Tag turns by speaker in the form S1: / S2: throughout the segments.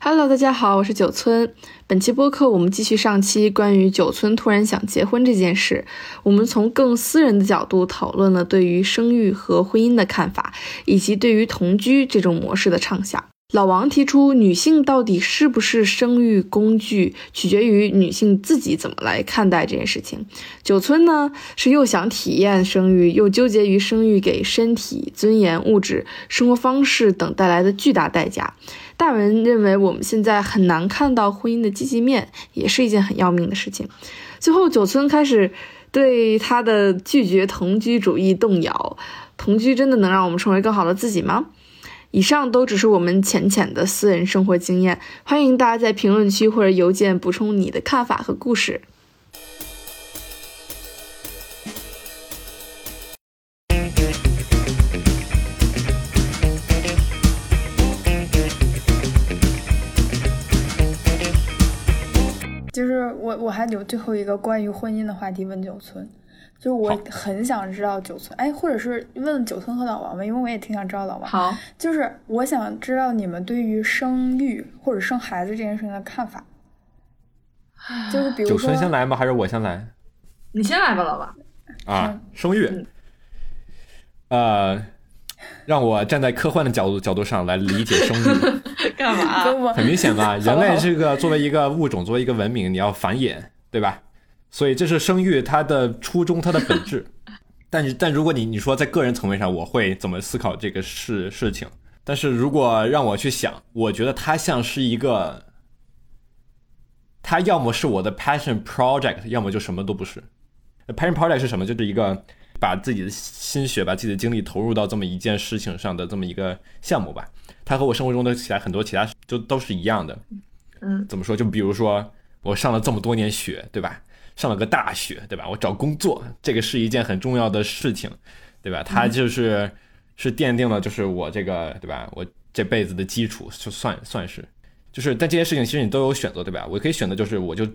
S1: Hello，大家好，我是九村。本期播客我们继续上期关于九村突然想结婚这件事，我们从更私人的角度讨论了对于生育和婚姻的看法，以及对于同居这种模式的畅想。老王提出，女性到底是不是生育工具，取决于女性自己怎么来看待这件事情。九村呢，是又想体验生育，又纠结于生育给身体、尊严、物质、生活方式等带来的巨大代价。大文认为，我们现在很难看到婚姻的积极面，也是一件很要命的事情。最后，九村开始对他的拒绝同居主义动摇。同居真的能让我们成为更好的自己吗？以上都只是我们浅浅的私人生活经验，欢迎大家在评论区或者邮件补充你的看法和故事。
S2: 就是我我还有最后一个关于婚姻的话题问九村，就是我很想知道九村，哎，或者是问九村和老王吧，因为我也挺想知道老王。
S1: 好，
S2: 就是我想知道你们对于生育或者生孩子这件事情的看法，就是比如
S3: 九
S2: 说
S3: 纯先来吗？还是我先来
S4: 你先来吧，老王。
S3: 啊
S2: 嗯？
S3: 生育，呃，让我站在科幻的角度角度上来理解生 育，
S4: 干嘛
S2: 不不
S3: 很明显嘛，
S2: 好
S3: 人
S2: 吧
S3: 类这个作为一个物种，作为一个文明，你要繁衍，对吧？所以这是生育它的初衷，它的本质。但是，但如果你你说在个人层面上，我会怎么思考这个事事情？但是如果让我去想，我觉得它像是一个，它要么是我的 passion project，要么就什么都不是。passion project 是什么？就是一个把自己的心血、把自己的精力投入到这么一件事情上的这么一个项目吧。它和我生活中的其他很多其他事就都是一样的。
S4: 嗯，
S3: 怎么说？就比如说我上了这么多年学，对吧？上了个大学，对吧？我找工作，这个是一件很重要的事情，对吧？它就是、是奠定了就是我这个对吧？我这辈子的基础，就算算是。就是，但这些事情其实你都有选择，对吧？我可以选择，就是我就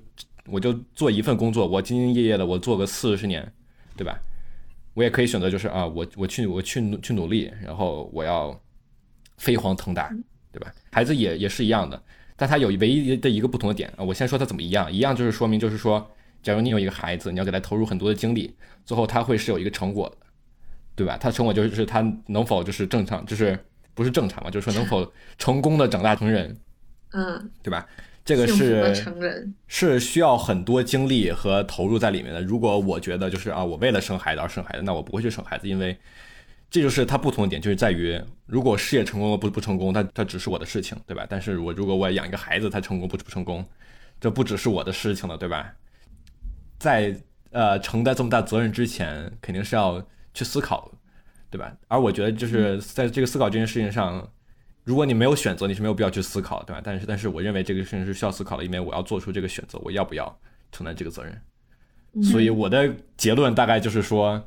S3: 我就做一份工作，我兢兢业业的，我做个四十年，对吧？我也可以选择，就是啊，我我去我去努去努力，然后我要飞黄腾达，对吧？孩子也也是一样的，但他有唯一的一个不同的点啊，我先说他怎么一样，一样就是说明就是说，假如你有一个孩子，你要给他投入很多的精力，最后他会是有一个成果的，对吧？他成果就是他能否就是正常，就是不是正常嘛，就是说能否成功的长大成人，
S4: 嗯，
S3: 对吧？这个
S4: 幸福的
S3: 是
S4: 成人，
S3: 是需要很多精力和投入在里面的。如果我觉得就是啊，我为了生孩子而生孩子，那我不会去生孩子，因为这就是它不同的点，就是在于如果事业成功了不不成功，它它只是我的事情，对吧？但是我如果我养一个孩子，他成功不不成功，这不只是我的事情了，对吧？在呃承担这么大责任之前，肯定是要去思考，对吧？而我觉得就是在这个思考这件事情上。如果你没有选择，你是没有必要去思考，对吧？但是，但是我认为这个事情是需要思考的，因为我要做出这个选择，我要不要承担这个责任。所以我的结论大概就是说，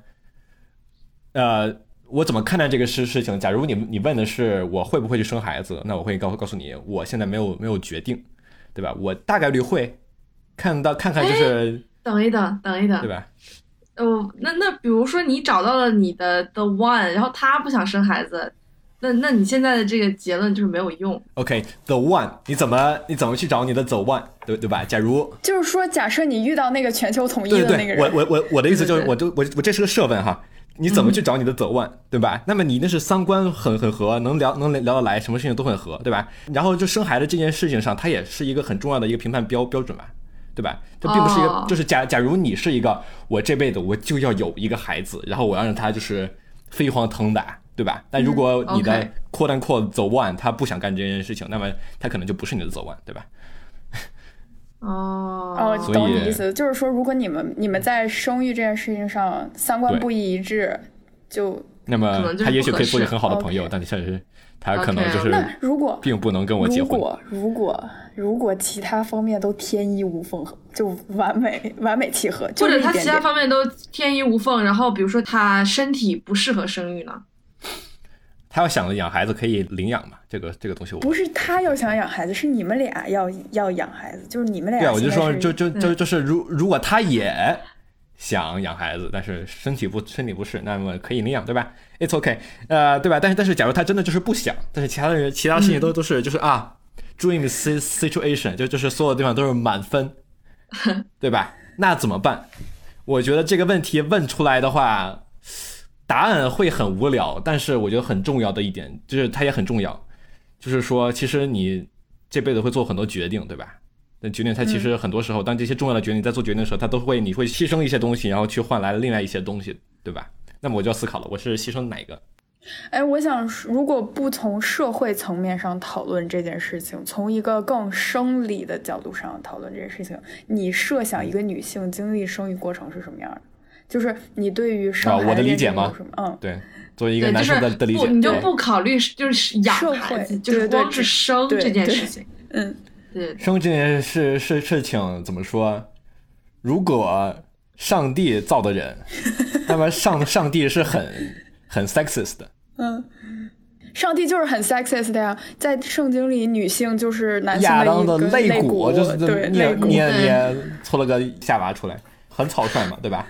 S3: 呃，我怎么看待这个事事情？假如你你问的是我会不会去生孩子，那我会告诉告诉你，我现在没有没有决定，对吧？我大概率会看到看看就是、
S4: 等一等，等
S3: 对
S4: 一等。
S3: 吧？
S4: 哦，那那比如说你找到了你的 the one，然后他不想生孩子，那那你现在的这个结论就是没有用。
S3: OK，the、one，你怎么你怎么去找你的 the one，对对吧？假如
S2: 就是说，假设你遇到那个全球统一
S3: 对
S2: 的
S3: 对
S2: 那个
S3: 对，
S2: 人，
S3: 我我我我的意思就是，
S4: 对对对嗯
S3: 我就我我这是个设问哈，你怎么去找你的左腕，对吧？那么你一定是三观很很合，能聊能聊得来，什么事情都很合，对吧？然后就生孩子这件事情上，它也是一个很重要的一个评判标标准吧。对吧？这并不是一个，
S4: 哦
S3: 就是假假如你是一个，我这辈子我就要有一个孩子，然后我要让他就是飞黄腾达，对吧？但如果你的
S4: 嗯 OK
S3: quote u n quote 走 one，他不想干这件事情，那么他可能就不是你的走 one，对吧？
S4: 哦，
S2: 哦，
S3: 所
S2: 懂
S3: 以
S2: 你意思，就是说，如果你们你们在生育这件事情上三观
S3: 对
S2: 不一致，就
S3: 那
S4: 可
S3: 么
S4: 能就是
S3: 他也
S4: 不
S3: 许
S4: 合
S3: 可以做一个
S4: 适
S3: 很好的朋友，
S2: OK
S3: 但是确实他可能
S4: OK
S3: 就是
S2: 那如果
S3: 并不能跟我结
S2: 如
S3: 婚。
S2: 果如果如果其他方面都天衣无缝，就完美完美契合，就
S4: 或
S2: 是
S4: 者
S2: 一
S4: 他
S2: 点
S4: 其他
S2: 点。
S4: 方面都天衣无缝，然后比如说他身体不适合生育呢？
S3: 他要想着养孩子，可以领养嘛？这个这个东西我
S2: 不是他要想养孩子，是你们俩要要养孩子，就是你们俩
S3: 对啊，
S2: 现在
S3: 我
S2: 是。
S3: 就说就就就就是如如果他也想养孩子，但是身体不身体不适，那么可以领养，对吧？It's OK，呃，对吧？但是但是，假如他真的就是不想，但是其他的人其他事情都都是就是啊， dream si- situation，就就是所有地方都是满分，对吧？那怎么办？我觉得这个问题问出来的话，答案会很无聊，但是我觉得很重要的一点就是它也很重要，就是说其实你这辈子会做很多决定，对吧？那决定它其
S4: 嗯
S3: 实很多时候，当这些重要的决定在做决定的时候，它都会你会牺牲一些东西，然后去换来另外一些东西，对吧？那么我就要思考了，我是牺牲哪一个？
S2: 哎，我想说，如果不从社会层面上讨论这件事情，从一个更生理的角度上讨论这件事情，你设想一个女性经历生育过程是什么样的？就是你对于生
S3: 啊
S2: 孩
S3: 我的
S2: 子
S3: 理
S2: 这件
S3: 解
S2: 事情
S3: 吗
S2: 有什么？嗯，
S3: 对，作为一个
S4: 对，
S3: 男
S4: 就
S3: 生
S4: 是
S3: 的的理
S4: 不
S3: 解，
S4: 你就
S3: 对
S4: 不考虑是就是养
S2: 社
S4: 孩
S2: 会
S4: 子，就是
S2: 对对
S4: 光是生
S2: 对
S4: 这件
S2: 对
S4: 事情，
S2: 嗯，
S4: 对，
S3: 生这件事事事情怎么说？如果上帝造的 人，那么上上帝是很很 sexist 的。
S2: 上帝就是很 sexist 的呀，在圣经里，女性就是男性
S3: 亚当
S2: 一
S3: 的
S2: 个肋
S3: 肋骨就是
S2: 对
S3: 捏
S2: 肋骨。
S3: 捏
S4: 对
S3: 捏搓了个下巴出来，很草率嘛，对吧？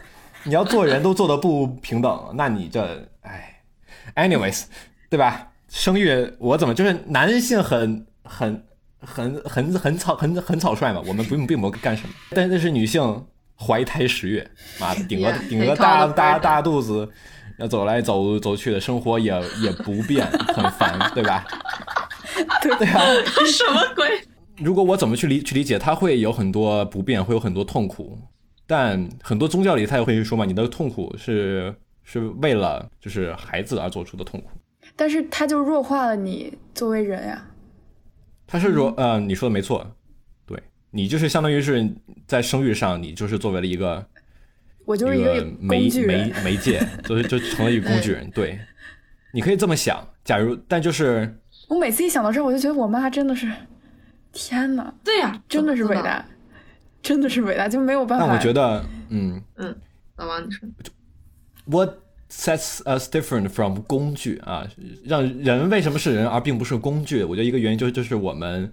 S3: 你要做人都做的不平等，那你这哎，anyways，对吧？生育我怎么就是男性很很很很很草很很草率嘛，我们不用并没有干什么，但但是女性怀胎十月，妈的顶个
S4: Yeah,
S3: 顶个
S4: they call
S3: 大
S4: the
S3: 大
S4: burden.
S3: 大肚子。要走来走走去的生活也也不变，很烦，对吧？对啊，
S4: 什么鬼？
S3: 如果我怎么去理去理解，它会有很多不便，会有很多痛苦。但很多宗教里，它也会说嘛，你的痛苦是是为了就是孩子而做出的痛苦。
S2: 但是它就弱化了你作为人呀。
S3: 它是说，
S2: 嗯
S3: 呃，你说的没错，对你就是相当于是在生育上，你就是作为了一个
S2: 我就是
S3: 一
S2: 一个工
S3: 媒
S2: 具人嗯
S3: 媒，媒 介，就是就成了一个工具人。对，你可以这么想。假如，但就是
S2: 我每次一想到这儿，我就觉得我妈真的是，天哪，
S4: 对呀、
S2: 真的是
S4: 怎么
S2: 伟
S4: 做到。
S2: 大，真的是伟大，就没有办法。
S3: 但我觉得，嗯
S4: 老王，你说
S3: ，What sets us different from 工具啊？让人为什么是人而并不是工具？我觉得一个原因就是就是我们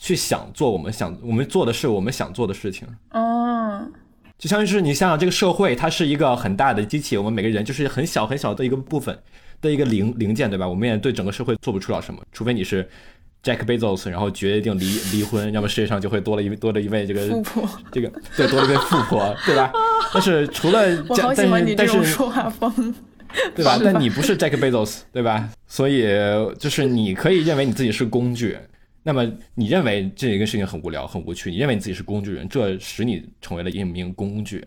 S3: 去想做我们想我们做的是我们想做的事情。
S2: 嗯，
S3: 就相当于是你想想，这个社会它是一个很大的机器，我们每个人就是很小很小的一个部分的一个零零件，对吧？我们也对整个社会做不出了什么，除非你是 Jack Bezos，然后决定离离婚，要么世界上就会多了一多了一位这个
S2: 富婆，
S3: 这个对多了一位富婆，对吧？但是除了
S2: 我
S3: 这
S2: 好
S3: 样
S2: 喜欢你这
S3: 但是
S2: 种
S3: 但是
S2: 说话 风。
S3: 对吧？
S2: 是吧
S3: 但你不是 Jack Bezos，对 吧？所以就是你可以认为你自己是工具，那么你认为这一个事情很无聊、很无趣，你认为你自己是工具人，这使你成为了一名工具。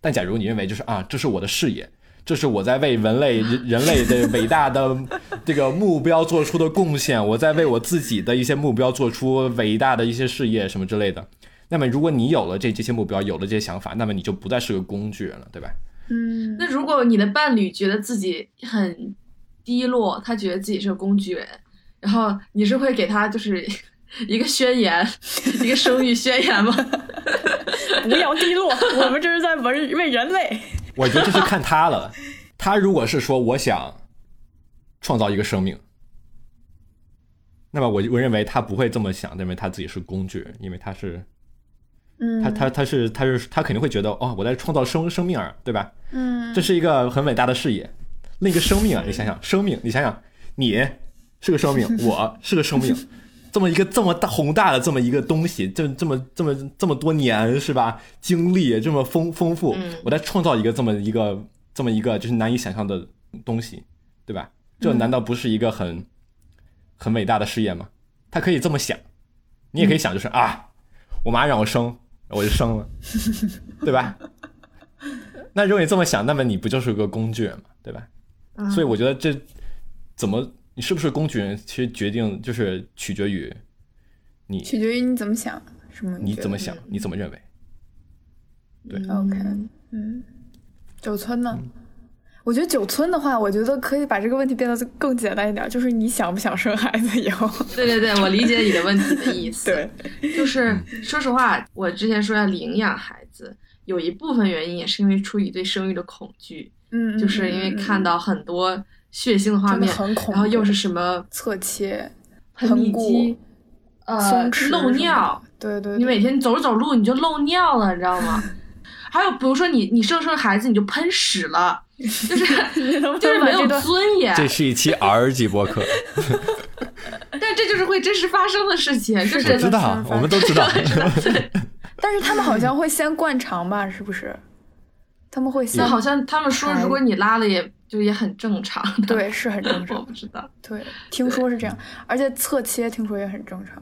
S3: 但假如你认为就是啊，这是我的事业，这是我在为人类人人类的伟大的这个目标做出的贡献，我在为我自己的一些目标做出伟大的一些事业什么之类的。那么，如果你有了这这些目标，有了这些想法，那么你就不再是个工具人了，对吧？
S2: 嗯，
S4: 那如果你的伴侣觉得自己很低落，他觉得自己是个工具人，然后你是会给他就是 一个宣言， 一个生育宣言吗？
S2: 不要低落，我们这是在为为人类。
S3: 我觉得这是看他了。他如果是说我想创造一个生命，那么我我认为他不会这么想，认为他自己是工具，因为他是
S2: 嗯，
S3: 他他他是他是他肯定会觉得哦，我在创造生生命啊，对吧？
S2: 嗯
S3: 这是一个很伟大的事业。那个生命啊，你想想，生命，你想想，你是个生命，我是个生命，这么一个这么大宏大的这么一个东西，这这么这么这么多年是吧？经历这么丰丰富
S4: 嗯，
S3: 我在创造一个这么一个这么一个就是难以想象的东西，对吧？这难道不是一个很很伟大的事业吗？他可以这么想，你也可以想，就是啊，我妈让我生，我就生了，对吧？那如果你这么想，那么你不就是个工具人嘛，对吧？
S4: 嗯
S3: 所以我觉得这怎么你是不是工具人，其实决定就是取决于你
S2: 取决于你怎么想，什么
S3: 你怎么
S2: 觉
S4: 嗯
S3: 想，你怎么认 为。
S2: 得？OK，嗯，九村呢？我觉得九村的话，我觉得可以把这个问题变得更简单一点，就是你想不想生孩子以 后？
S4: 对对对，我理解你的问题的意思。
S2: 对，
S4: 就是说实话，我之前说要领养孩子，有一部分原因也是因为出于对生育的恐惧，
S2: 嗯，
S4: 就是因为看到很多血腥的画
S2: 真的
S4: 面，
S2: 很恐怖，
S4: 然后又是什么
S2: 嗯侧切，
S4: 盆
S2: 盆
S4: 底
S2: 骨
S4: 肌、呃
S2: 松弛
S4: 漏
S2: 什么
S4: 尿，
S2: 对对，
S4: 你
S2: 对
S4: 每天走着走路你就漏尿了，你知道吗？ 还有比如说你你生生孩子你就喷屎了，就是
S2: 你能不
S4: 就是
S2: 能把
S4: 没
S2: 这
S4: 有
S2: 段
S4: 尊严。
S3: 这是一期 R 级播客，
S4: 但这就是会真实发生的事情，就是是
S3: 我知道，我们都知道。
S2: 但是他们好像会先灌肠吧？是不是？他们会先
S4: 那好像他们说，如果你拉了也，就也很正常。，
S2: 对，是很正
S4: 我
S2: 常
S4: 不。知道。
S2: 对，听说是这样，而且侧切听说也很正常。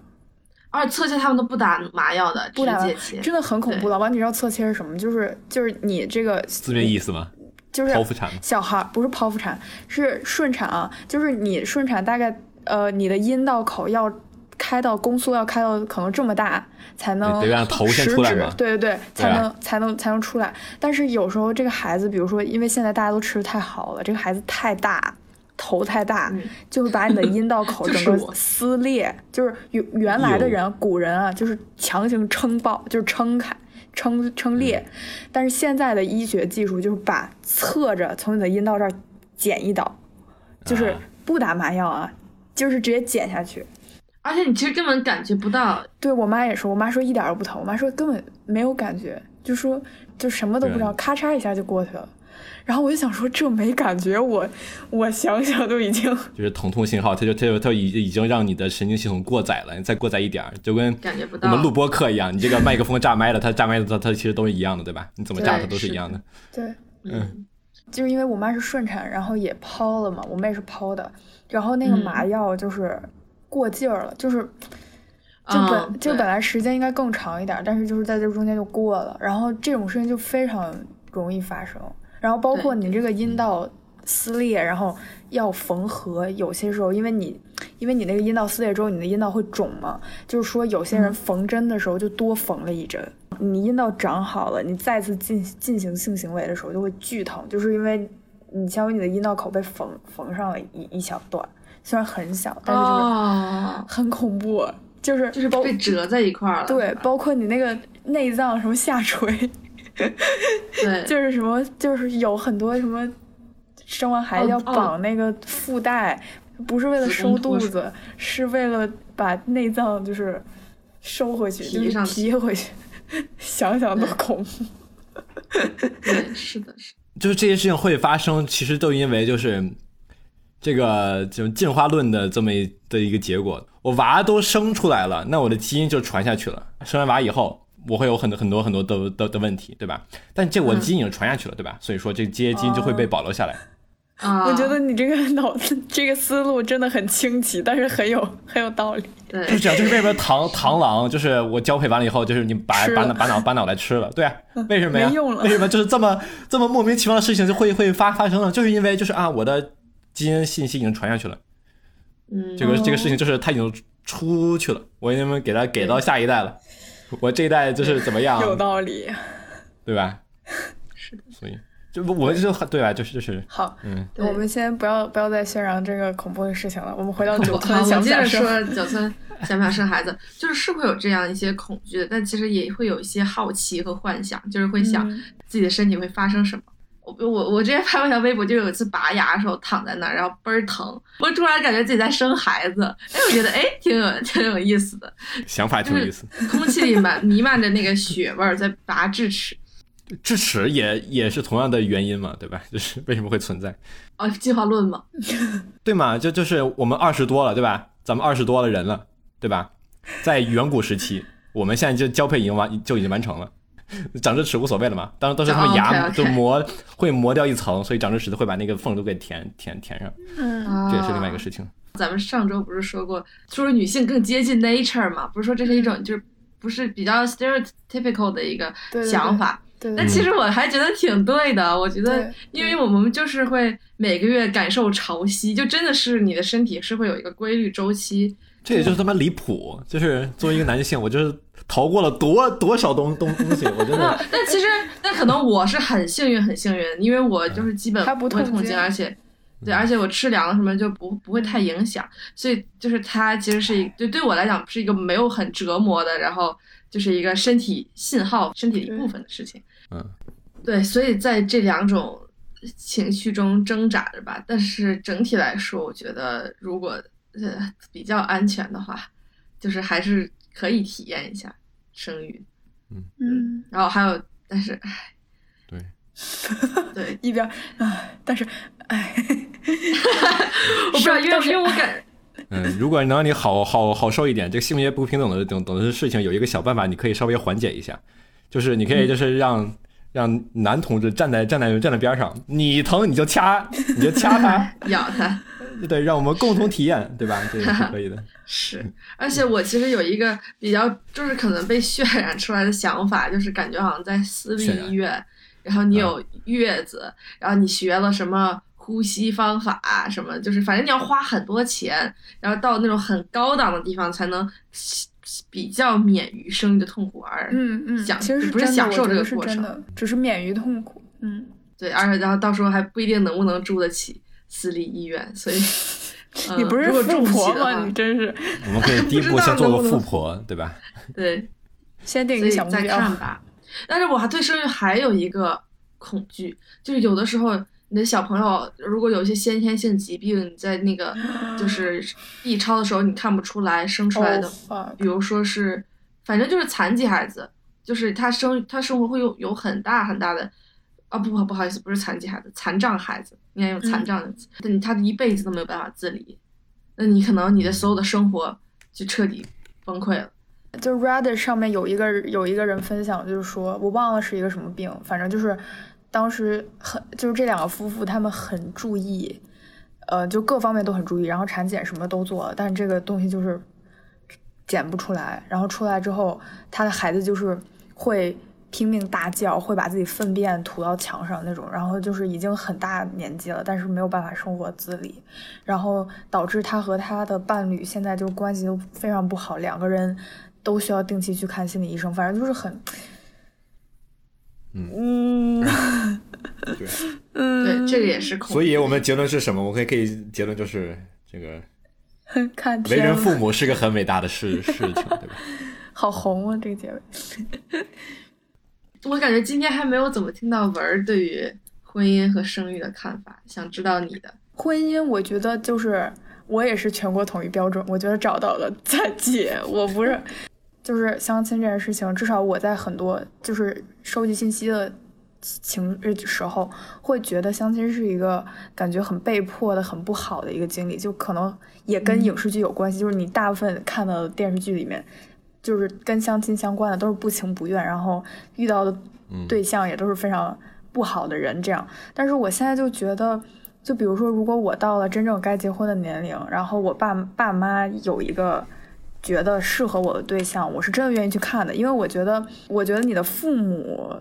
S4: 而且侧切他们都不打麻药的，
S2: 不打
S4: 直
S2: 完
S4: 接切。
S2: 真的很恐怖
S4: 对
S2: 老板，你知道侧切是什么？就是就是你这个
S3: 字面意思吗？
S2: 就是
S3: 剖腹产吗？
S2: 小孩儿不是剖腹产，是顺产啊，就是你顺产大概呃你的阴道口要开到宫缩要开到可能这么大才能
S3: 得让头先
S2: 食
S3: 出来
S2: 指
S3: 嘛
S2: 对对对，才
S3: 对啊
S2: 能、才能才能出来。但是有时候这个孩子，比如说因为现在大家都吃的太好了，这个孩子太大。头太大，
S4: 嗯
S2: 就会把你的阴道口
S4: 就是
S2: 整个
S4: 我
S2: 撕裂，就是原原来的人，古人啊，就是强行撑爆，就是撑开、撑撑裂，但是现在的医学技术就是把侧着从你的阴道这儿剪一刀，就是
S3: 啊
S2: 不打麻药啊，就是直接剪下去。
S4: 而且你其实根本感觉不到，
S2: 对我妈也说，我妈说一点儿都不疼，我妈说根本没有感觉，就说就什么都不知道，
S3: 对
S2: 咔嚓一下就过去了。然后我就想说，这没感觉，我我想想都已经
S3: 就是疼痛信号，它就它就它就已已经让你的神经系统过载了，你再过载一点儿，就跟
S4: 感觉不到
S3: 我们录播课一样，你这个麦克风炸麦了，它炸麦了，它它其实都是一样的，对吧？你怎么炸
S4: 对
S3: 它都是
S4: 是
S3: 一样的。
S2: 对，
S4: 嗯，
S2: 就是因为我妈是顺产，然后也剖了嘛，我妹是剖的，然后那个
S4: 嗯
S2: 麻药就是过劲儿了，就是就
S4: 嗯
S2: 本、就
S4: 对
S2: 本来时间应该更长一点，但是就是在这中间就过了，然后这种事情就非常容易发生，然后包括
S4: 对
S2: 你这个阴道撕裂，然后要缝合，有些时候因为你因为你那个阴道撕裂之后，你的阴道会肿嘛，就是说有些
S4: 嗯
S2: 人缝针的时候就多缝了一针，你阴道长好了，你再次进进行性行为的时候就会巨疼，就是因为你相当于你的阴道口被缝缝上了一一小段，虽然很小，但是就是
S4: 哦，
S2: 很恐怖，就是
S4: 就是
S2: 包
S4: 被折在一块儿了。啊
S2: 对，包括你那个内脏什么下垂，
S4: 对，
S2: 就是什么就是有很多什么生完孩子
S4: 哦
S2: 要
S4: 哦
S2: 绑那个腹带，不是为了
S4: 子
S2: 收
S4: 宫脱
S2: 肚子，是为了把内脏就是收回去，
S4: 提
S2: 就是
S4: 上去
S2: 提回去。 想想都
S4: 对
S2: 恐怖，
S4: 对，是的，是的。
S3: 就是这些事情会发生，其实都因为就是这个就进化论的这么一的一个结果。我娃都生出来了，那我的基因就传下去了。生完娃以后，我会有很多很多很多的的的问题，对吧？但这我的基因已经传下去了，对吧？所以说这这些基因就会被保留下来。
S4: 啊，
S2: 我觉得你这个脑子这个思路真的很清奇，但是很有很有道理。
S3: 就是
S4: 对，
S3: 这样，就是为什么螳螳螂就是我交配完了以后，就是你把
S2: 吃
S3: 把
S2: 了嗯
S3: 脑把脑把脑袋吃了，对啊，为什么呀？
S2: 没用了
S3: 为什么就是这么这么莫名其妙的事情就会会发发生呢？就是因为就是啊，我的基因信息已经传下去了。
S4: 嗯，
S3: 这个这个
S2: 哦
S3: 事情就是他已经出去了，我已经给他给到下一代了，我这一代就是怎么样，
S2: 有道理。
S3: 对吧？
S4: 是的，
S3: 所以就我们就很对吧？就是就是
S2: 好，
S3: 嗯，
S2: 我们先不要不要再宣扬这个恐怖的事情了， 我们 回到九
S4: 我好，
S2: 村
S4: 我
S2: 想
S4: 接
S2: 不想
S4: 着
S2: 生？
S4: 说九村想不想生孩子，就是是会有这样一些恐惧的，但其实也会有一些好奇和幻想，就是会想
S2: 嗯
S4: 自己的身体会发生什么。我我我之前拍过一条微博，就有一次拔牙的时候躺在那儿，然后倍儿疼，我突然感觉自己在生孩子，哎，我觉得哎挺有挺有意思的，
S3: 想法挺有意思。
S2: 嗯
S4: 空气里满 弥漫着那个血味儿，在拔智齿。
S3: 智齿也也是同样的原因嘛，对吧？就是为什么会存在，
S4: 哦，进化论嘛，
S3: 对嘛？就就是我们二十多了，对吧？咱们二十多了人了，对吧？在远古时期，我们现在就交配已经完就已经完成了。长智齿无所谓了嘛，当然都是他们牙
S4: OK，OK
S3: 就磨会磨掉一层，所以长智齿都会把那个缝都给填填填上，
S2: 嗯，
S4: 啊
S3: 这也是另外一个事情。
S4: 咱们上周不是说过，说女性更接近 nature 嘛？不是说这是一种就是不是比较 stereotypical 的一个
S2: 嗯对对对
S4: 想法？
S2: 对
S4: 但
S2: 对
S4: 其实我还觉得挺对的，我觉得
S2: 对，
S4: 因为我们就是会每个月感受潮汐，就真的是你的身体是会有一个规律周期。
S3: 这也就是他妈离谱！就是作为一个男性，我就是逃过了多多少东东东西，我真的
S4: 但其实，但可能我是很幸运，很幸运，因为我就是基本
S2: 嗯他不
S4: 不会
S2: 痛
S4: 痛
S2: 经
S4: 经，而且。对，而且我吃凉了什么就不不会太影响，所以就是它其实是一对对我来讲是一个没有很折磨的，然后就是一个身体信号、身体的一部分的事情。
S3: 嗯，
S4: 对，所以在这两种情绪中挣扎着吧。但是整体来说，我觉得如果呃比较安全的话，就是还是可以体验一下生育。
S2: 嗯，
S4: 然后还有，但是唉，
S3: 对，
S4: 对，
S2: 一啊 边，唉，但是，唉，
S4: 啊我不知道，因为
S2: 但是
S4: 因为我感
S3: 嗯，如果能让你好好好受一点，这个性别不平等的等等的事情，有一个小办法，你可以稍微缓解一下，就是你可
S2: 嗯
S3: 以就是让、让男同志站在站在站在边上，你疼你就掐，你就 掐他，
S4: 咬它。
S3: 对，让我们共同体验，对吧？这也是可以的。
S4: 是，
S2: 嗯
S4: 而且我其实有一个比较，就是可能被渲染出来的想法，就是感觉好像在私立
S3: 渲染
S4: 医院，
S2: 嗯
S4: 然后你有月子，然后你学了什么呼吸方法啊什么，就是反正你要花很多钱，然后到那种很高档的地方才能比较免于生育的痛苦而、
S2: 嗯嗯，
S4: 享
S2: 其实
S4: 不
S2: 真
S4: 是
S2: 的
S4: 享
S2: 我
S4: 受
S2: 觉
S4: 这
S2: 得
S4: 个
S2: 是
S4: 过
S2: 真
S4: 程
S2: 的，只是免于痛苦。嗯，
S4: 对，而且然后到时候还不一定能不能住得起私立医院， 所以。嗯
S2: 你不是
S4: 如果
S2: 富
S4: 住不起
S2: 婆
S4: 的
S2: 吗？
S4: 话
S2: 你，真是
S3: 我们可以第一步先做个富婆，对吧？
S4: 对，
S2: 先定一
S4: 所
S2: 个
S4: 以
S2: 小目
S4: 再
S2: 标。
S4: 看吧。但是我还对生育还有一个恐惧，就是有的时候你的小朋友如果有一些先天性疾病，你在那个就是 B 超的时候你看不出来生出来的
S2: Oh, fuck
S4: 比如说是，反正就是残疾孩子，就是他生他生活会有有很大很大的，啊不不好意思，不是残疾孩子，残障孩子应该用残障的词，但他一辈子都没有办法自理，那你可能你的所有的生活就彻底崩溃了。
S2: 就 Reddit 上面有一个有一个人分享，就是说我忘了是一个什么病，反正就是当时很就是这两个夫妇他们很注意，呃，就各方面都很注意，然后产检什么都做了，但是这个东西就是检不出来，然后出来之后，他的孩子就是会拼命大叫，会把自己粪便吐到墙上那种，然后就是已经很大年纪了，但是没有办法生活自理，然后导致他和他的伴侣现在就关系都非常不好，两个人都需要定期去看心理医生，反正就是很，嗯
S3: 对，
S4: 对，
S2: 嗯，
S4: 这个也是恐惧。
S3: 所以我们结论是什么？我们可以可以结论就是这个
S2: 看
S3: 为
S2: 天
S3: 人
S2: 呐
S3: 父母是个很伟大 的事事情，对吧？
S2: 好红啊，这个结尾。
S4: 我感觉今天还没有怎么听到文儿对于婚姻和生育的看法，想知道 你的。
S2: 婚姻，我觉得就是我也是全国统一标准，我觉得找到了再结，我不是就是相亲这件事情，至少我在很多就是收集信息的情呃时候，会觉得相亲是一个感觉很被迫的、很不好的一个经历，就可能也跟影视剧有关系，就是你大部分看到的电视剧里面。就是跟相亲相关的都是不情不愿，然后遇到的
S3: 嗯，
S2: 对象也都是非常不好的人这样。但是我现在就觉得，就比如说，如果我到了真正该结婚的年龄，然后我爸爸妈有一个。觉得适合我的对象，我是真的愿意去看的，因为我觉得，我觉得你的父母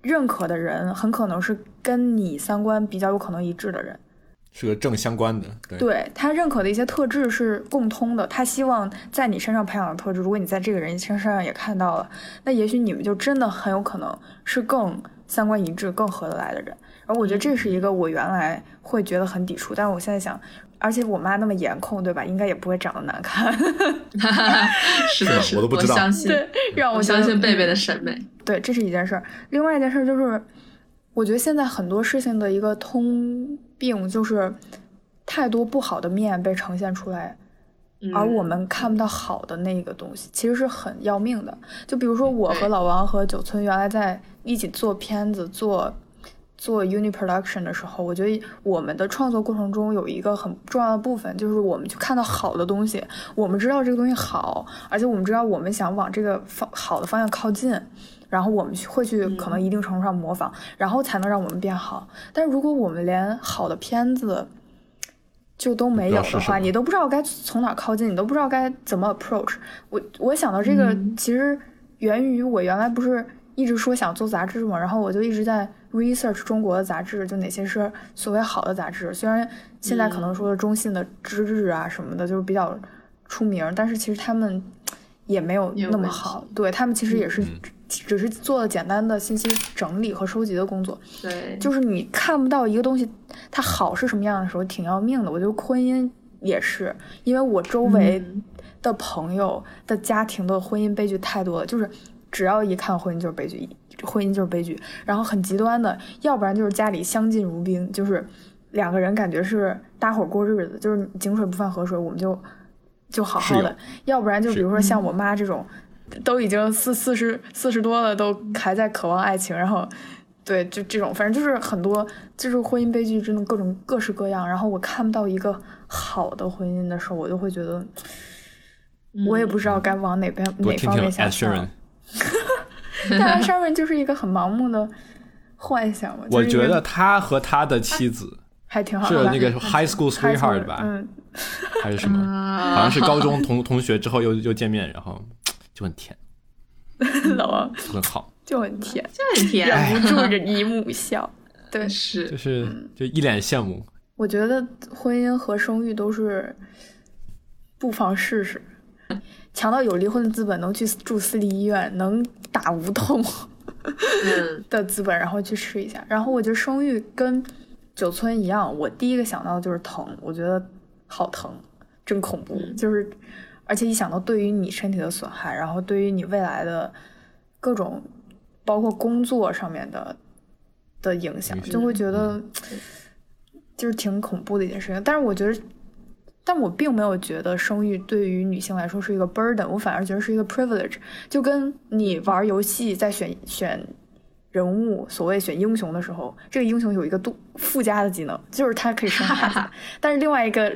S2: 认可的人，很可能是跟你三观比较有可能一致的人。
S3: 是个正相关的，对，
S2: 对他认可的一些特质是共通的，他希望在你身上培养的特质，如果你在这个人身上也看到了，那也许你们就真的很有可能是更三观一致、更合得来的人。而我觉得这是一个我原来会觉得很抵触，但我现在想，而且我妈那么颜控，对吧？应该也不会长得难看，
S3: 是
S4: 是
S3: 吗
S4: 的，是的，
S3: 我都不知道
S4: 相信，
S2: 对，让
S4: 我
S2: 觉得嗯
S4: 相信贝贝的审美。
S2: 对，这是一件事儿。另外一件事儿就是，我觉得现在很多事情的一个通病就是，太多不好的面被呈现出来，
S4: 嗯
S2: 而我们看不到好的那个东西，其实是很要命的。就比如说我和
S4: 对
S2: 老王和九村原来在一起做片子、做做 uni production 的时候，我觉得我们的创作过程中有一个很重要的部分，就是我们去看到好的东西，我们知道这个东西好，而且我们知道我们想往这个方好的方向靠近。然后我们去会去
S4: 嗯
S2: 可能一定程度上模仿，然后才能让我们变好。但是如果我们连好的片子就都没有
S3: 不知道
S2: 的
S3: 是什么
S2: 话，你都不知道该从哪儿靠近，你都不知道该怎么 approach。我我想到这个，
S4: 嗯
S2: 其实源于我原来不是一直说想做杂志嘛，然后我就一直在 research 中国的杂志，就哪些是所谓好的杂志。虽然现在可
S4: 嗯
S2: 能说中信的知日啊什么的，就是比较出名，但是其实他们也没有
S4: 也有
S2: 那么
S4: 问题
S2: 好。对他们其实也
S3: 嗯
S2: 是只只是做了简单的信息整理和收集的工作。
S4: 对，
S2: 就是你看不到一个东西它好是什么样的时候，挺要命的。我觉得婚姻也是，因为我周围
S4: 嗯
S2: 的朋友的家庭的婚姻悲剧太多了，就是只要一看婚姻就是悲剧，婚姻就是悲剧。然后很极端的，要不然就是家里相敬如宾，就是两个人感觉是搭伙过日子，就是井水不犯河水，我们就就好好
S3: 是有
S2: 的。要不然就比如说像我妈这种，都已经四四十四十多了，都还在渴望爱情，然后对，就这种，反正就是很多，就是婚姻悲剧，真的各种各式各样。然后我看不到一个好的婚姻的时候，我就会觉得，我也不知道该往哪边、
S3: 多
S2: 哪
S3: 听
S2: 方
S3: 听
S2: 面
S3: Ed
S2: 想
S3: Sheeran
S2: 象。。 但 s h a r o n 就是一个很盲目的幻想嘛，就
S3: 我
S2: 是一
S3: 觉
S2: 个
S3: 得他和他的妻子
S2: 还挺好
S3: 是
S2: 的吧。
S3: 那个 High School
S2: 还挺
S3: Sweetheart 吧，
S2: 嗯，
S3: 还是什么？
S4: 啊，
S3: 好像是高中同同学之后又又见面，然后就很甜，
S2: 老王
S3: 就很好，
S2: 就很甜，
S4: 这很甜，
S3: 哎
S2: 忍不住忍一母笑。对，
S4: 是
S3: 就是就一脸羡慕。
S2: 我觉得婚姻和生育都是不妨试试。强到有离婚的资本，能去住私立医院，能打无痛
S4: 嗯
S2: 的资本，然后去试一下。然后我觉得生育跟九村一样，我第一个想到的就是疼，我觉得好疼，真恐怖。就是，而且一想到对于你身体的损害，然后对于你未来的各种，包括工作上面的的影响，
S3: 影响
S2: 就会觉得就是挺恐怖的一件事情。但是我觉得。但我并没有觉得生育对于女性来说是一个 burden，我反而觉得是一个 privilege，就跟你玩游戏在选选人物，所谓选英雄的时候，这个英雄有一个度附加的技能，就是他可以生孩 子。但是另外一个，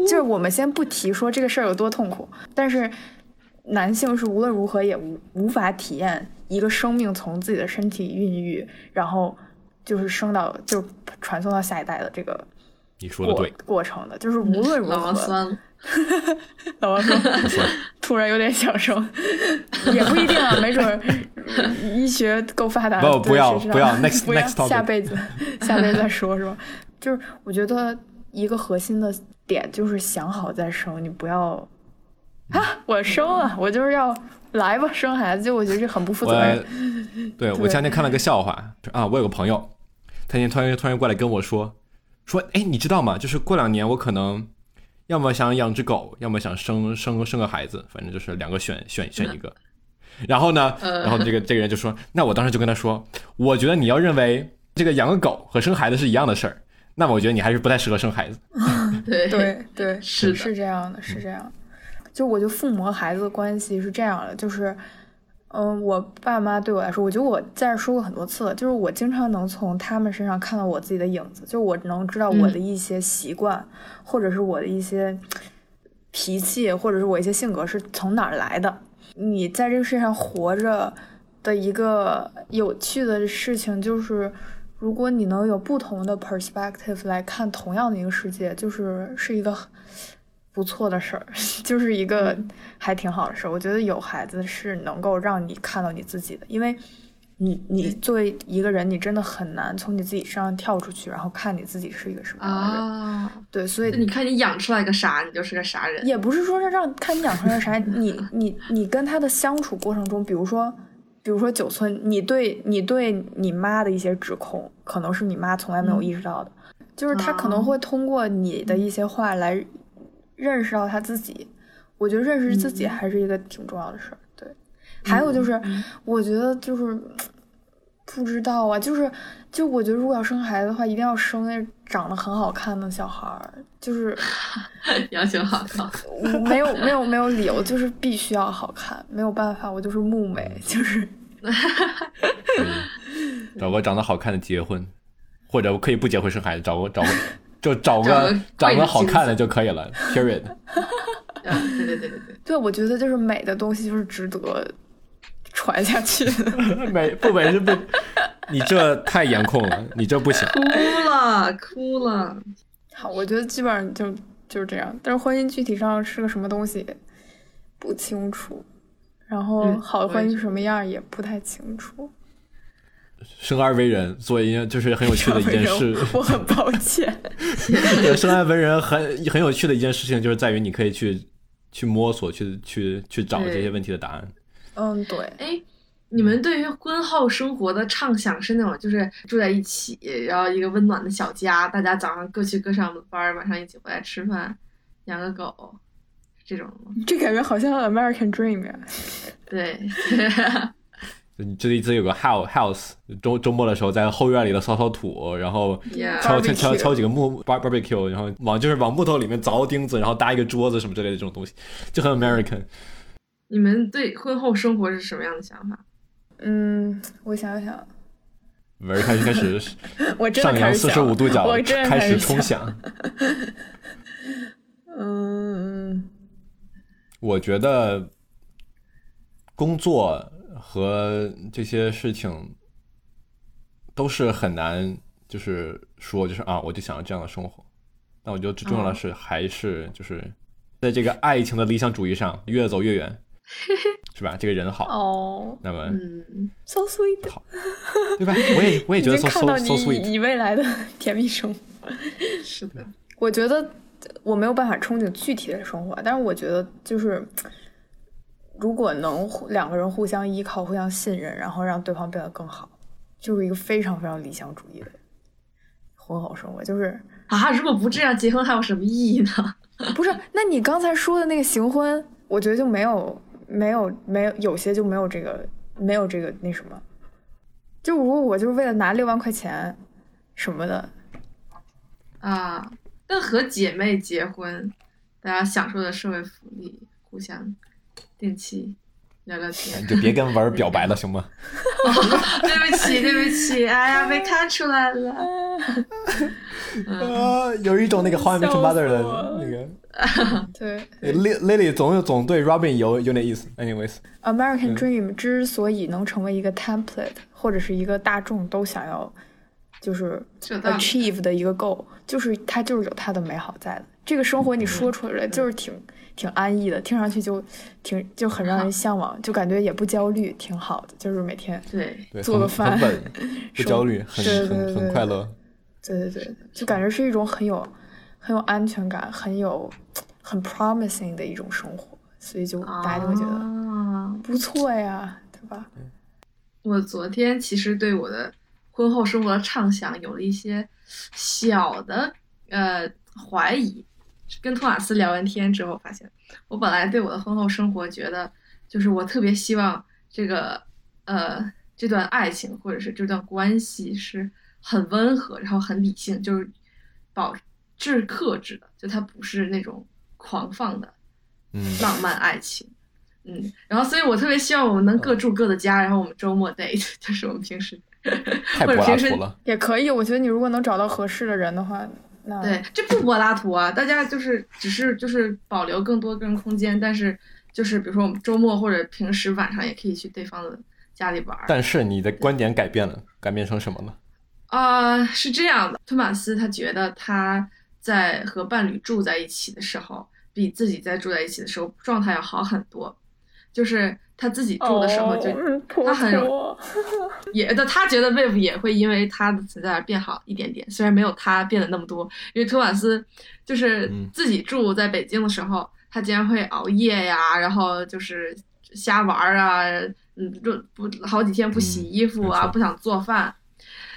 S2: 就是我们先不提说这个事儿有多痛苦，但是男性是无论如何也无无法体验一个生命从自己的身体孕育，然后就是生到就传送到下一代的这个
S3: 你说的
S2: 过
S3: 对，
S2: 过程的，就是无论如
S4: 老
S2: 何
S4: 王，酸了，
S2: 老王说， 突然有点想生，也不一定啊，没准儿嗯医学够发达。
S3: 不
S2: 对
S3: 不要
S2: 谁知道
S3: 不要 next-
S2: 不要
S3: next topic
S2: 下辈子下辈子再说是吧？ 就是我觉得一个核心的点就是想好再生，你不要啊，我生了，我就是要来吧，生孩子，就我觉得这很不负责任
S3: 我。对我前两天看了个笑话啊，我有个朋友，他今天突然突然过来跟我说说，哎，你知道吗？就是过两年我可能要么想养只狗，要么想生生生个孩子，反正就是两个选选选一个。然后呢，
S4: 呃
S3: 然后这个这个人就说，那我当时就跟他说，我觉得你要认为这个养个狗和生孩子是一样的事儿，那么我觉得你还是不太适合生孩子。
S4: 对
S2: 对对，
S4: 是的嗯
S2: 是这样的，是这样。就我觉得父母和孩子的关系是这样的，就是，嗯，我爸妈对我来说，我觉得我在这儿说过很多次了，就是我经常能从他们身上看到我自己的影子，就是我能知道我
S4: 嗯
S2: 的一些习惯，或者是我的一些脾气，或者是我一些性格是从哪儿来的。你在这个世界上活着的一个有趣的事情就是，如果你能有不同的 perspective 来看同样的一个世界，就是是一个不错的事儿， 就是一个还挺好的事儿。我觉得有孩子是能够让你看到你自己的，因为你你作为一个人，你真的很难从你自己身上跳出去，然后看你自己是一个什么样的人。
S4: 啊，
S2: 对，所以
S4: 就你看你养出来个啥，你就是个啥人，
S2: 也不是说是让看你养成了啥，你你你跟他的相处过程中，比如说，比如说九村，你对你对你妈的一些指控，可能是你妈从来没有意识到的，就是他可能会通过你的一些话来认识到他自己。我觉得认识自己还是一个挺重要的事儿。对，还有就是，我觉得就是不知道啊，就是就我觉得如果要生孩子的话，一定要生那长得很好看的小孩儿，就是。
S4: 杨行好靠，
S2: 我没有没有没有理由，就是必须要好看，没有办法，我就是木美，就是
S3: 找个长得好看的结婚，或者我可以不结婚生孩子，找个找个就找
S4: 找
S3: 个
S4: 个
S3: 长
S4: 贵
S3: 得
S4: 的
S3: 好
S4: 妻子
S3: 看的就可以了。Period。
S4: 啊 对对对对对，
S2: 对我觉得就是美的东西就是值得传下去的。
S3: 美不美是不， 你这太严控了，你这不行。
S4: 哭了哭了，
S2: 好，我觉得基本上就就是这样，但是婚姻具体上是个什么东西不清楚，然后
S4: 嗯
S2: 好的
S4: 我
S2: 婚
S4: 也
S2: 姻
S4: 觉
S2: 是什么样也不太清楚。
S3: 生而为人，做一件就是很有趣的 一件事。
S2: 我很抱 歉。
S3: 对，生而为人很很有趣的一件事情，就是在于你可以去去摸索，去去去找这些问题的答案。
S2: 嗯，对，
S4: 哎，你们对于婚后生活的畅想是那种，就是住在一起，然后一个温暖的小家，大家早上各去各上的班儿，晚上一起回来吃饭，养个狗，是这种吗？
S2: 这感觉好像 American Dream 呀。
S4: 对，
S3: 就你这里这有个 house house，周周末的时候在后院里头烧烧土，然后
S4: Yeah
S3: 敲
S2: 嗯
S3: 敲敲
S2: Barbecue
S3: 敲几个木 bar- barbecue，然后往就是往木头里面凿钉子，然后搭一个桌子什么之类的这种东西，就很 American。
S4: 你们对婚后生活是什么样的想法？
S2: 嗯，我想想，
S3: 文儿开始开始
S2: 我真的
S3: 上
S2: 开
S3: 扬
S2: 始
S3: 四十
S2: 想
S3: 五
S2: 了
S3: 度角
S2: 我真的
S3: 开
S2: 开
S3: 始
S2: 始
S3: 冲
S2: 想
S3: 响。
S2: 嗯，
S3: 我觉得工作和这些事情都是很难，就是说，就是啊，我就想要这样的生活。但我觉得最重要的
S2: 嗯
S3: 是，还是就是在这个爱情的理想主义上越走 越远，是吧？这个人好，
S2: 哦
S3: 那么
S4: 嗯，
S2: ，so sweet，
S3: 好，对吧？我也我也
S2: 已
S3: 觉
S2: 经
S3: 得 so
S2: 看到
S3: so
S2: 你
S3: so sweet。
S2: 你未来的 甜蜜生活。
S4: 是的，
S2: 我觉得我没有办法憧憬具体的生活，但是我觉得就是，如果能互两个人互相依靠、互相信任，然后让对方变得更好，就是一个非常非常理想主义的婚后生活。就是
S4: 啊，如果不这样结婚还有什么意义呢？
S2: 不是？那你刚才说的那个行婚，我觉得就没有没有没有有些就没有这个没有这个那什么。就如果我就是为了拿六万块钱什么的，
S4: 啊，但和姐妹结婚，大家享受的社会福利，互相定期聊聊天
S3: 你。就别跟文儿表白了，行吗？
S4: 对不起，对不起，哎呀，被看出来了。嗯，
S3: 啊，有一种那个《How I Met Your Mother》
S2: 笑
S3: 的
S2: 死我了
S3: 那个
S2: 对。
S3: 那 Lily Lily 总有总对 Robin 有有点意思。Anyways，
S2: American Dream 之所以能成为一个 template 或者是一个大众都想要就是
S4: 这倒是
S2: achieve 的一个 goal，就是它就是有它的美好在的。这个生活你说出来就是挺挺安逸的，听上去就挺就很让人向往，就感觉也不焦虑，挺好的。就是每天，
S4: 对，
S3: 对，
S2: 做个
S3: 很很
S2: 饭
S3: 稳，不
S2: 生
S3: 焦虑，很
S2: 对对
S3: 很
S2: 对
S3: 很快乐。
S2: 对对对，就感觉是一种很有很有安全感、很有很 promising 的一种生活，所以就
S4: 哦
S2: 大家就会觉得
S4: 啊。
S2: 不错呀，对吧？
S4: 我昨天其实对我的婚后生活的畅想有了一些小的呃怀疑。跟托马斯聊完天之后，发现我本来对我的婚后生活觉得，就是我特别希望这个呃这段爱情或者是这段关系是很温和，然后很理性，就是保质克制的，就它不是那种狂放的
S3: 嗯，
S4: 浪漫爱情。嗯，然后所以我特别希望我们能各住各的家，然后我们周末 date，就是我 们平时，
S3: 太柏
S4: 或者
S3: 拉
S4: 平时
S3: 图 了。
S2: 也可以，我觉得你如果能找到合适的人的话，那
S4: 对，这不柏拉图啊，大家就是只是就是保留更多个人空间，但是就是比如说我们周末或者平时晚上也可以去对方的家里玩儿。
S3: 但是你的观点改变了，改变成什么了？
S4: 啊、是这样的，托马斯他觉得他在和伴侣住在一起的时候，比自己在住在一起的时候状态要好很多，就是他自己住的时候就、
S2: 哦嗯婆
S4: 他很容也，但他觉得 Wave 也会因为他的存在而变好一点点，虽然没有他变得那么多。因为托马斯就是
S3: 嗯
S4: 自己住在北京的时候，他竟然会熬夜呀，然后就是瞎玩儿啊，嗯，就不好几天不洗
S3: 嗯
S4: 衣服啊，
S3: 没错
S4: 不想做饭。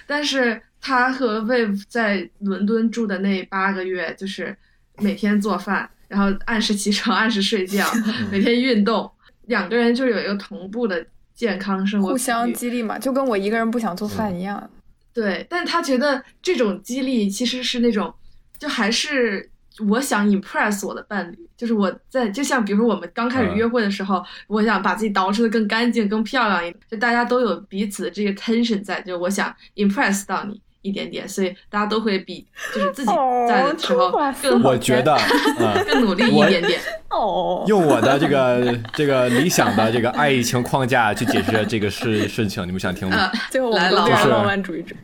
S4: 但是他和 Wave 在伦敦住的那八个月，就是每天做饭，然后按时起床，按时睡觉，
S3: 嗯
S4: 每天运动，两个人就有一个同步的健康生活，
S2: 互相激励嘛，就跟我一个人不想做饭一样。
S4: 对，但他觉得这种激励其实是那种，就还是我想 impress 我的伴侣，就是我在就像比如说我们刚开始
S3: 嗯
S4: 约会的时候，我想把自己捯饬的更干净、更漂亮一点，就大家都有彼此的这个 tension 在，就是我想 impress 到你一点点，所以大家都会比就是自己在的时
S2: 哦
S4: 候
S2: 托马斯
S4: 更、
S3: 我 觉得，嗯，
S4: 更努力一点点。
S2: 哦，
S3: 用我的这个这个理想的这个爱情框架去解释这个事事情，你们想听吗？
S2: 最后我们
S4: 来
S2: 都
S4: 了
S2: 变成
S3: 就是
S2: 浪漫主义者。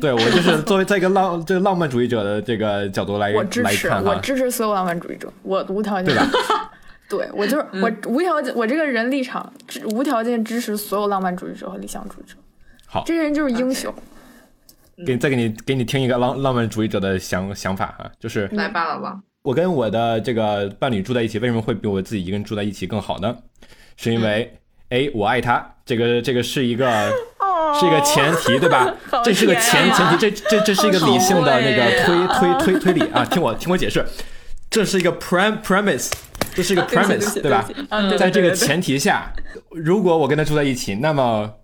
S3: 对我就是作为在一个浪这个浪漫主义者的这个角度来
S2: 我支
S3: 哎来
S2: 持，
S3: 看
S2: 我
S3: 哈，
S2: 支持所有浪漫主义者，我无条件
S3: 对 吧。嗯
S2: 对我就是我无条件，我这个人立场支无条件支持所有浪漫主义者和理想主义者。
S3: 好
S2: 这些人就是英雄。
S3: 给再给你给你听一个浪浪漫主义者的想想法哈，就是
S4: 来吧，老王，
S3: 我跟我的这个伴侣住在一起，为什么会比我自己一个人住在一起更好呢？是因为，哎，我爱他，这个这个是一个是一个前提，对吧
S2: 好？
S3: 这是个前
S2: 甜
S3: 前
S2: 啊
S3: 提，这这这是一个
S4: 好
S3: 理性的那个
S4: 好
S3: 推推推推理啊！听我听我解释，这是一个 prem premise，这是一个 premise，对吧？
S2: 嗯，对
S3: 在这个，
S2: 对对对
S3: 前提下，如果我跟他住在一起，那么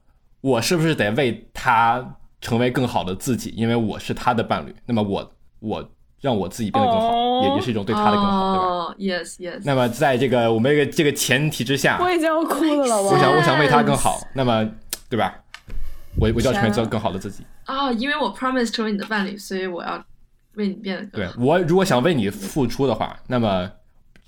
S3: 我是不是得为他成为更好的自己？因为我是他的伴侣，那么我我让我自己变得更好，
S2: 哦
S3: 也也是一种对他的更好，对吧？
S4: 哦，yes yes，
S3: 那么在这个我们这个这个前提之下
S2: 对，我已经要哭了，老
S3: 我
S2: 王。
S3: 想我想为他更好，那么对吧？我我就要成为
S2: 天
S3: 更
S2: 啊
S3: 更好的自己。
S4: 啊，因为我 promise 成为你的伴侣，所以我要为你变得更
S3: 对
S4: 好。
S3: 我如果想为你付出的话，那么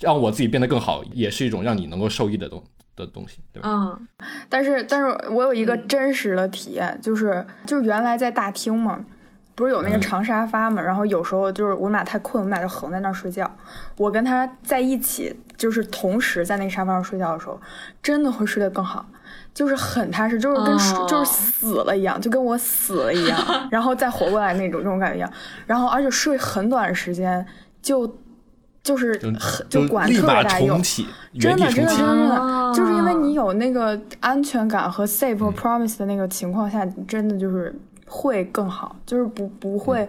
S3: 让我自己变得更好，也是一种让你能够受益的东的东西，对吧？
S2: 哦
S4: 嗯
S2: 但是，但是我有一个
S4: 嗯
S2: 真实的体验，就是就是原来在大厅嘛，不是有那个
S3: 嗯
S2: 长沙发嘛，然后有时候就是我们俩太困，我们俩就横在那儿睡觉。我跟他在一起，就是同时在那个沙发上睡觉的时候，真的会睡得更好，就是很踏实，就是跟、
S4: 哦
S2: 睡就是死了一样，就跟我死了 一样，然后再活过来那种那种感觉一样。然后而且睡很短的时间就。就是很
S3: 就
S2: 管
S3: 立
S2: 特别
S3: 马
S2: 大用
S3: 重，启，
S2: 真
S3: 原地
S2: 的，真
S3: 重
S2: 的，
S3: 启
S2: 真。的，真
S4: 啊
S2: 的，就是因为你有那个安全感和 safe
S3: 嗯
S2: 和 promise 的那个情况下，你真的就是会更好，就是不不会，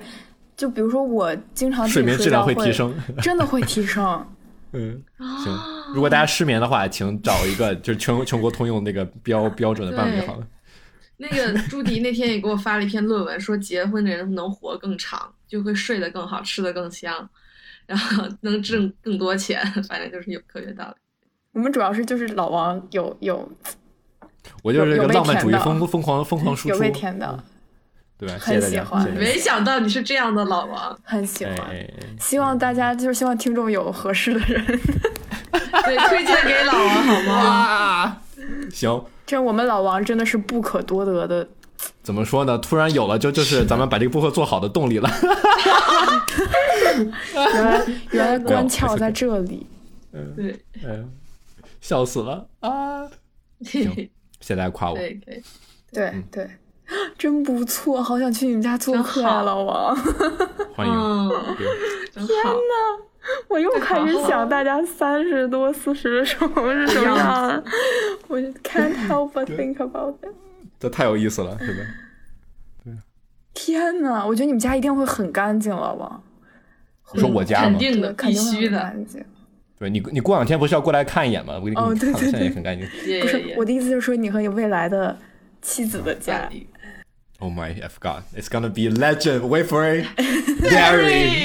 S2: 就比如说我经常自
S3: 嗯睡
S2: 己
S3: 眠
S2: 睡
S3: 质量
S2: 觉
S3: 会提，升，
S2: 真的会哦提升。
S3: 嗯，行。
S4: 啊
S3: 如果大家失眠的话，请找一个就是全全国通用那个标标准的伴侣就好了。
S4: 那个朱迪那天也给我发了一篇论文，说结婚的人能活更长，就会睡得更好，吃得更香，然后能挣更多钱，反正就是有科学道理。
S2: 我们主要是就是老王有有
S3: 我就是
S2: 有
S3: 个
S2: 有被
S3: 浪漫主
S2: 甜
S3: 义
S2: 的
S3: 疯疯狂疯狂输
S2: 有
S3: 出
S2: 被，甜到，
S3: 嗯对吧？谢
S2: 很
S3: 谢大
S2: 喜
S3: 家，
S2: 欢
S3: 谢谢大家。
S4: 没想到你是这样的老王，
S2: 很喜
S3: 哎
S2: 欢。
S3: 哎，哎
S2: 希望大家就是希望听众有合适的人，
S4: 对，推荐给老王好吗？
S3: 哇，哎行，
S2: 这我们老王真的是不可多得的。
S3: 怎么说呢？突然有了就就是咱们把这个播客做好的 动力了。
S2: 原 来原来
S4: 没有
S2: 关
S3: 没
S2: 窍
S3: 事
S2: 在这里，
S4: 对，
S3: 嗯，笑死了啊！
S4: 对
S3: 行谢谢大家夸我，
S4: 对对，
S2: 对对，真不错，好想去你们家做
S4: 真
S2: 客呀，
S4: 好
S2: 老王。
S3: 欢迎。
S4: 嗯，
S3: 对
S4: 真好。
S2: 我又开始
S4: 太好了
S2: 想大家三十多、四十的时候是什么样了， 我就 can't help but think about it。
S3: 这太有意思了，是吧？
S2: 天呐，我觉得你们家一定会很干净了吧？
S3: 你说我家
S4: 肯
S3: 吗？
S4: 定的，
S2: 对肯
S4: 必
S2: 定会
S4: 须
S2: 很
S4: 的。
S2: 干净。
S3: 对你，你过两天不是要过来看一眼吗？我给你
S2: 哦
S3: 看
S2: 对对
S3: 了，现在也
S2: 对
S3: 很干净。
S4: 也
S2: 不
S4: 也
S2: 是
S4: 也，
S2: 我的意思，就是说你和你未来的妻子的家
S4: 伴。侣
S3: Oh my F God, it's gonna be legend. Wait for it, very.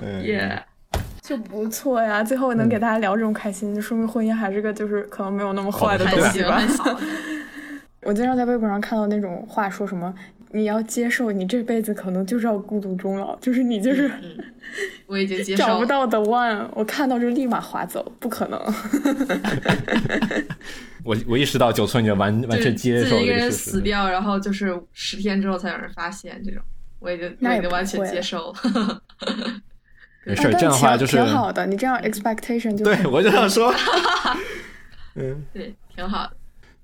S3: 嗯
S4: Yeah，
S2: 就不错呀。最后能给大家聊这种开心，就说明婚姻还是个就是可能没有那么坏的
S3: 好
S2: 东
S3: 的
S4: 还
S2: 西
S4: 行
S2: 吧
S4: 还。好。
S2: 我经常在微博上看到那种话，说什么你要接受你这辈子可能就是要孤独终老，就是你就是。
S4: 我已嗯经接受
S2: 找不
S4: 了。
S2: 到的 one，我看到就立马划走，不可能。
S3: 我我意识到九寸已经完完
S4: 就是
S3: 全接
S4: 自
S3: 受了
S4: 己一个
S3: 这个
S4: 人
S3: 事
S4: 死
S3: 实。
S4: 掉，然后就是十天之后才有人发现这种，我已经我
S2: 那
S4: 已
S2: 也
S4: 经完全
S2: 不会
S4: 接受了。
S3: 没
S2: 哎
S3: 事，
S2: 但
S3: 这样的话
S2: 挺
S3: 就是
S2: 挺好的，你这样 expectation 就
S3: 对，我就想说， 嗯，
S4: 对，挺好的。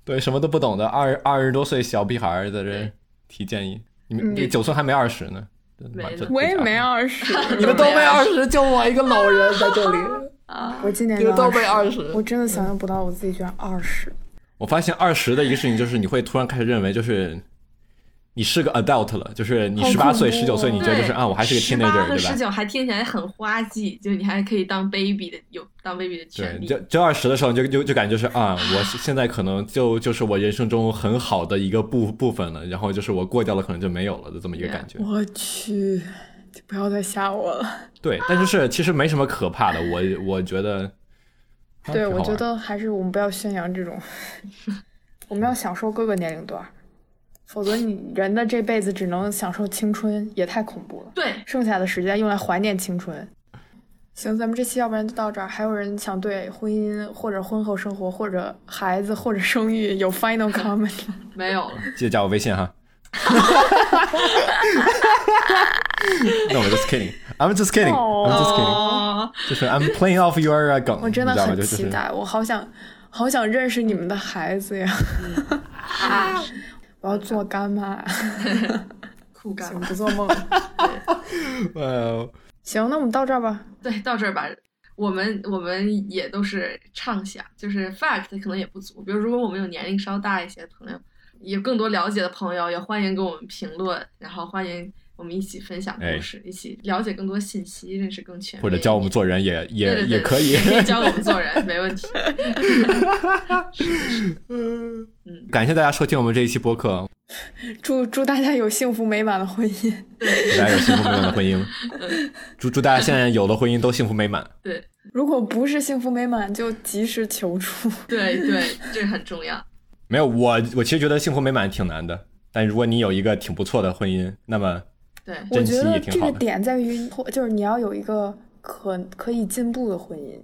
S3: 对，什么都不懂的二二十多岁小屁孩儿在这提建议，你们这九寸还没二十呢，
S4: 没呢
S2: 我也嗯没，啊二十，
S3: 你们都没二十，就我一个老人在这里，
S2: 我今年
S3: 你们都没
S2: 20
S3: 二十。
S2: 我真的想象不到我自己居然二十。
S3: 我发现二十的一个事情就是你会突然开始认为就是你是个 adult 了，就是你
S2: 好
S3: 十
S2: 恐
S3: 八岁、
S2: 怖
S3: 十九岁，
S2: 哦
S3: 你觉得就是啊，我还是个
S4: 十八
S3: teenager，
S4: 和
S3: 对
S4: 十
S3: 吧？
S4: 九还听起来很花季，就你还可以当 baby 的，有当 baby 的权
S3: 对，
S4: 利。
S3: 就就二十的时候，你就就就感觉就是啊，我现在可能就就是我人生中很好的一个部部分了，然后就是我过掉了，可能就没有了的这么一个
S4: Yeah
S3: 感觉。
S2: 我去，不要再吓我了。
S3: 对，但就是其实没什么可怕的，我我觉得。啊
S2: 对，
S3: 挺好
S2: 我
S3: 玩
S2: 觉得还是我们不要宣扬这 种，我们要享受各个年龄段儿，否则你人的这辈子只能享受青春，也太恐怖了。
S4: 对，
S2: 剩下的时间用来怀念青春。行，咱们这期要不然就到这儿。还有人想对婚姻或者婚后生活或者孩子或者生育有 final comment 吗？
S4: 没有 了。
S3: 记得加我微信哈。no, I'm just kidding. I'm just kidding. I'm just kidding.
S4: 哦，
S3: 就是 I'm playing off your uh, 梗，
S2: 我真的
S3: 你知道吗
S2: 很期。待，我好想好想认识你们的孩子呀！
S4: 啊，
S2: 我要做干妈，
S4: 酷干
S2: 行，不做梦了。
S3: 就是呃，
S2: 行，那我们到这儿吧。
S4: 对，到这儿吧。我们我们也都是畅想，就是 fact 可能也不足。比如，如果我们有年龄稍大一些的朋友，有更多了解的朋友，也欢迎给我们评论，然后欢迎我们一起分享
S3: 哎
S4: 故事，一起了解更多信息，认识更全面，
S3: 或者教我们做人也也
S4: 对对对
S3: 也可以。
S4: 可以教我们 做人，没问题。
S3: 感谢大家收听我们这一期播客，
S2: 祝祝大家有幸福美满的婚姻。
S3: 祝大家有幸福美满的婚姻，
S2: 嗯
S3: 祝祝大家现在有了婚姻都幸福美满。
S4: 对
S2: 如果不是幸福美满，就及时求助。
S4: 对对，这很重要。
S3: 没有我，我其实觉得幸福美满挺难的，但如果你有一个挺不错的婚姻，那么
S4: 对，
S2: 我
S3: 珍
S2: 觉
S3: 惜
S2: 得
S3: 也
S2: 这
S3: 挺
S2: 个
S3: 好的。
S2: 点在于，就是你要有一个可可以进步的婚姻，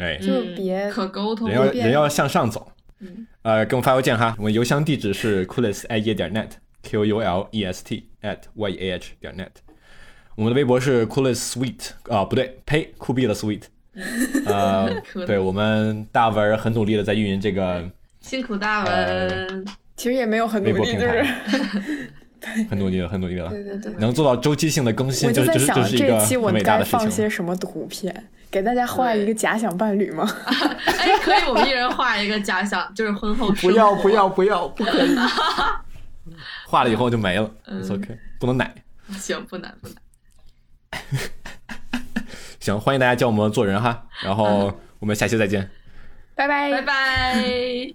S3: 哎，
S2: 就是别
S4: 嗯可沟通
S3: 人，要
S2: 变
S3: 人要向上走。
S4: 嗯
S3: 呃，给我们发邮件哈，我们邮箱地址是 coolest at ye 点 net q u l e s t at y a h 点 net。我们的微博是 coolest sweet 啊、不对，呸，酷毙 了 sweet。呃
S4: cool，
S3: 对我们大文儿很努力的在运营这个，
S4: 辛苦大文，
S2: 其实也没有很努
S3: 微博
S2: 力，
S3: 平
S2: 就是
S3: 很努力了，很努力了，
S2: 对对对。
S3: 能做到周期性的更新，
S2: 我
S3: 这
S2: 就是在想
S3: 这是这是一
S2: 这
S3: 个
S2: 一期我
S3: 很伟大
S2: 该
S3: 的事
S2: 放
S3: 情。
S2: 些什么图片，给大家画一个
S4: 对
S2: 假想伴侣吗？
S4: 哎，可以，我们一人画一个假想，就是婚后生
S3: 不要
S4: 活
S3: 不要不要，不可以。 画了以后就没了、
S4: 嗯
S3: i t s OK，不能奶。
S4: 行，不难不难，
S3: 行，
S2: 嗯
S3: 欢迎大家教我们做人哈，然后我们下期再见。
S2: 拜拜
S4: 拜拜。